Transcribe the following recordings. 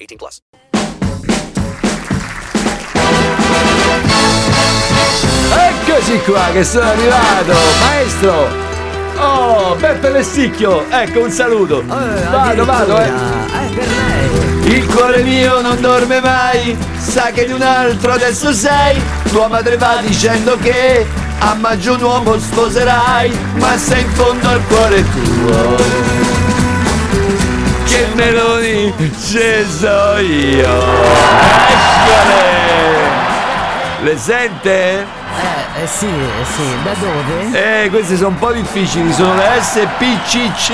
18 plus. Eccoci qua che sono arrivato, maestro! Oh, Beppe Lessicchio, ecco un saluto. vado, vado, eh. Eh, per lei. Il cuore mio non dorme mai, sa che di un altro adesso sei. Tua madre va dicendo che a maggio un uomo sposerai, ma sei in fondo al cuore tuo. Che meloni ce so io. Eccole! Le sente? Eh, eh, sì, eh, sì, da dove? Eh, queste sono un po' difficili, sono le SPCC,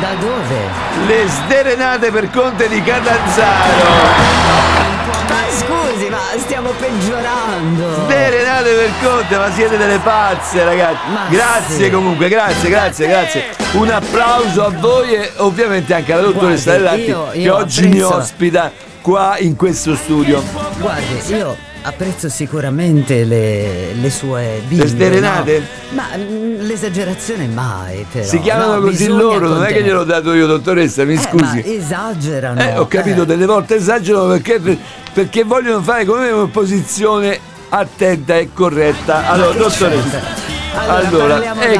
Da dove? le sderenate per conte di Catanzaro, Ma Ah, scusi, ma stiamo peggiorando. sderenate per conte, ma siete delle pazze ragazzi, Ma grazie sì. comunque, grazie, grazie, grazie, un applauso a voi e ovviamente anche alla dottoressa Guardi, Delatti io- che io oggi mi apprezzo- ospita qua in questo studio. Guardi, io apprezzo sicuramente le, le sue bimbe. Le sderenate? no? Ma mm, l'esagerazione mai, però. Si chiamano No, così bisogna loro, non è che contenere. gliel'ho dato io dottoressa, mi Eh, scusi. ma esagerano. Eh, ho capito, eh. delle volte esagero perché, perché vogliono fare come un'opposizione attenta e corretta. Allora, dottoressa. Allora, parliamo eh,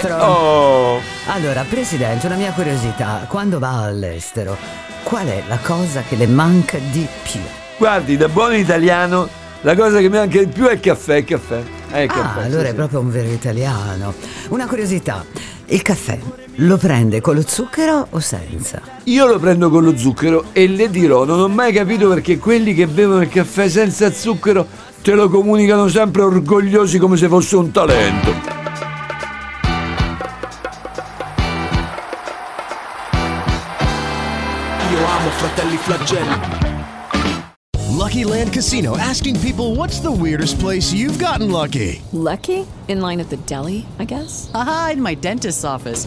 d'altro. eh, oh, Allora, Presidente, una mia curiosità. Quando va all'estero, qual è la cosa che le manca di più? guardi, da buon italiano, la cosa che mi manca di più è il caffè, il caffè. Eh, il Ah, caffè, allora sì, è sì. proprio un vero italiano. Una curiosità, il caffè lo prende con lo zucchero o senza? Io lo prendo con lo zucchero e le dirò, non ho mai capito perché quelli che bevono il caffè senza zucchero te lo comunicano sempre orgogliosi come se fosse un talento. Io amo fratelli flagelli. Lucky Land Casino asking people what's the weirdest place you've gotten lucky? Lucky? In line at the deli, I guess? Aha, in my dentist's office.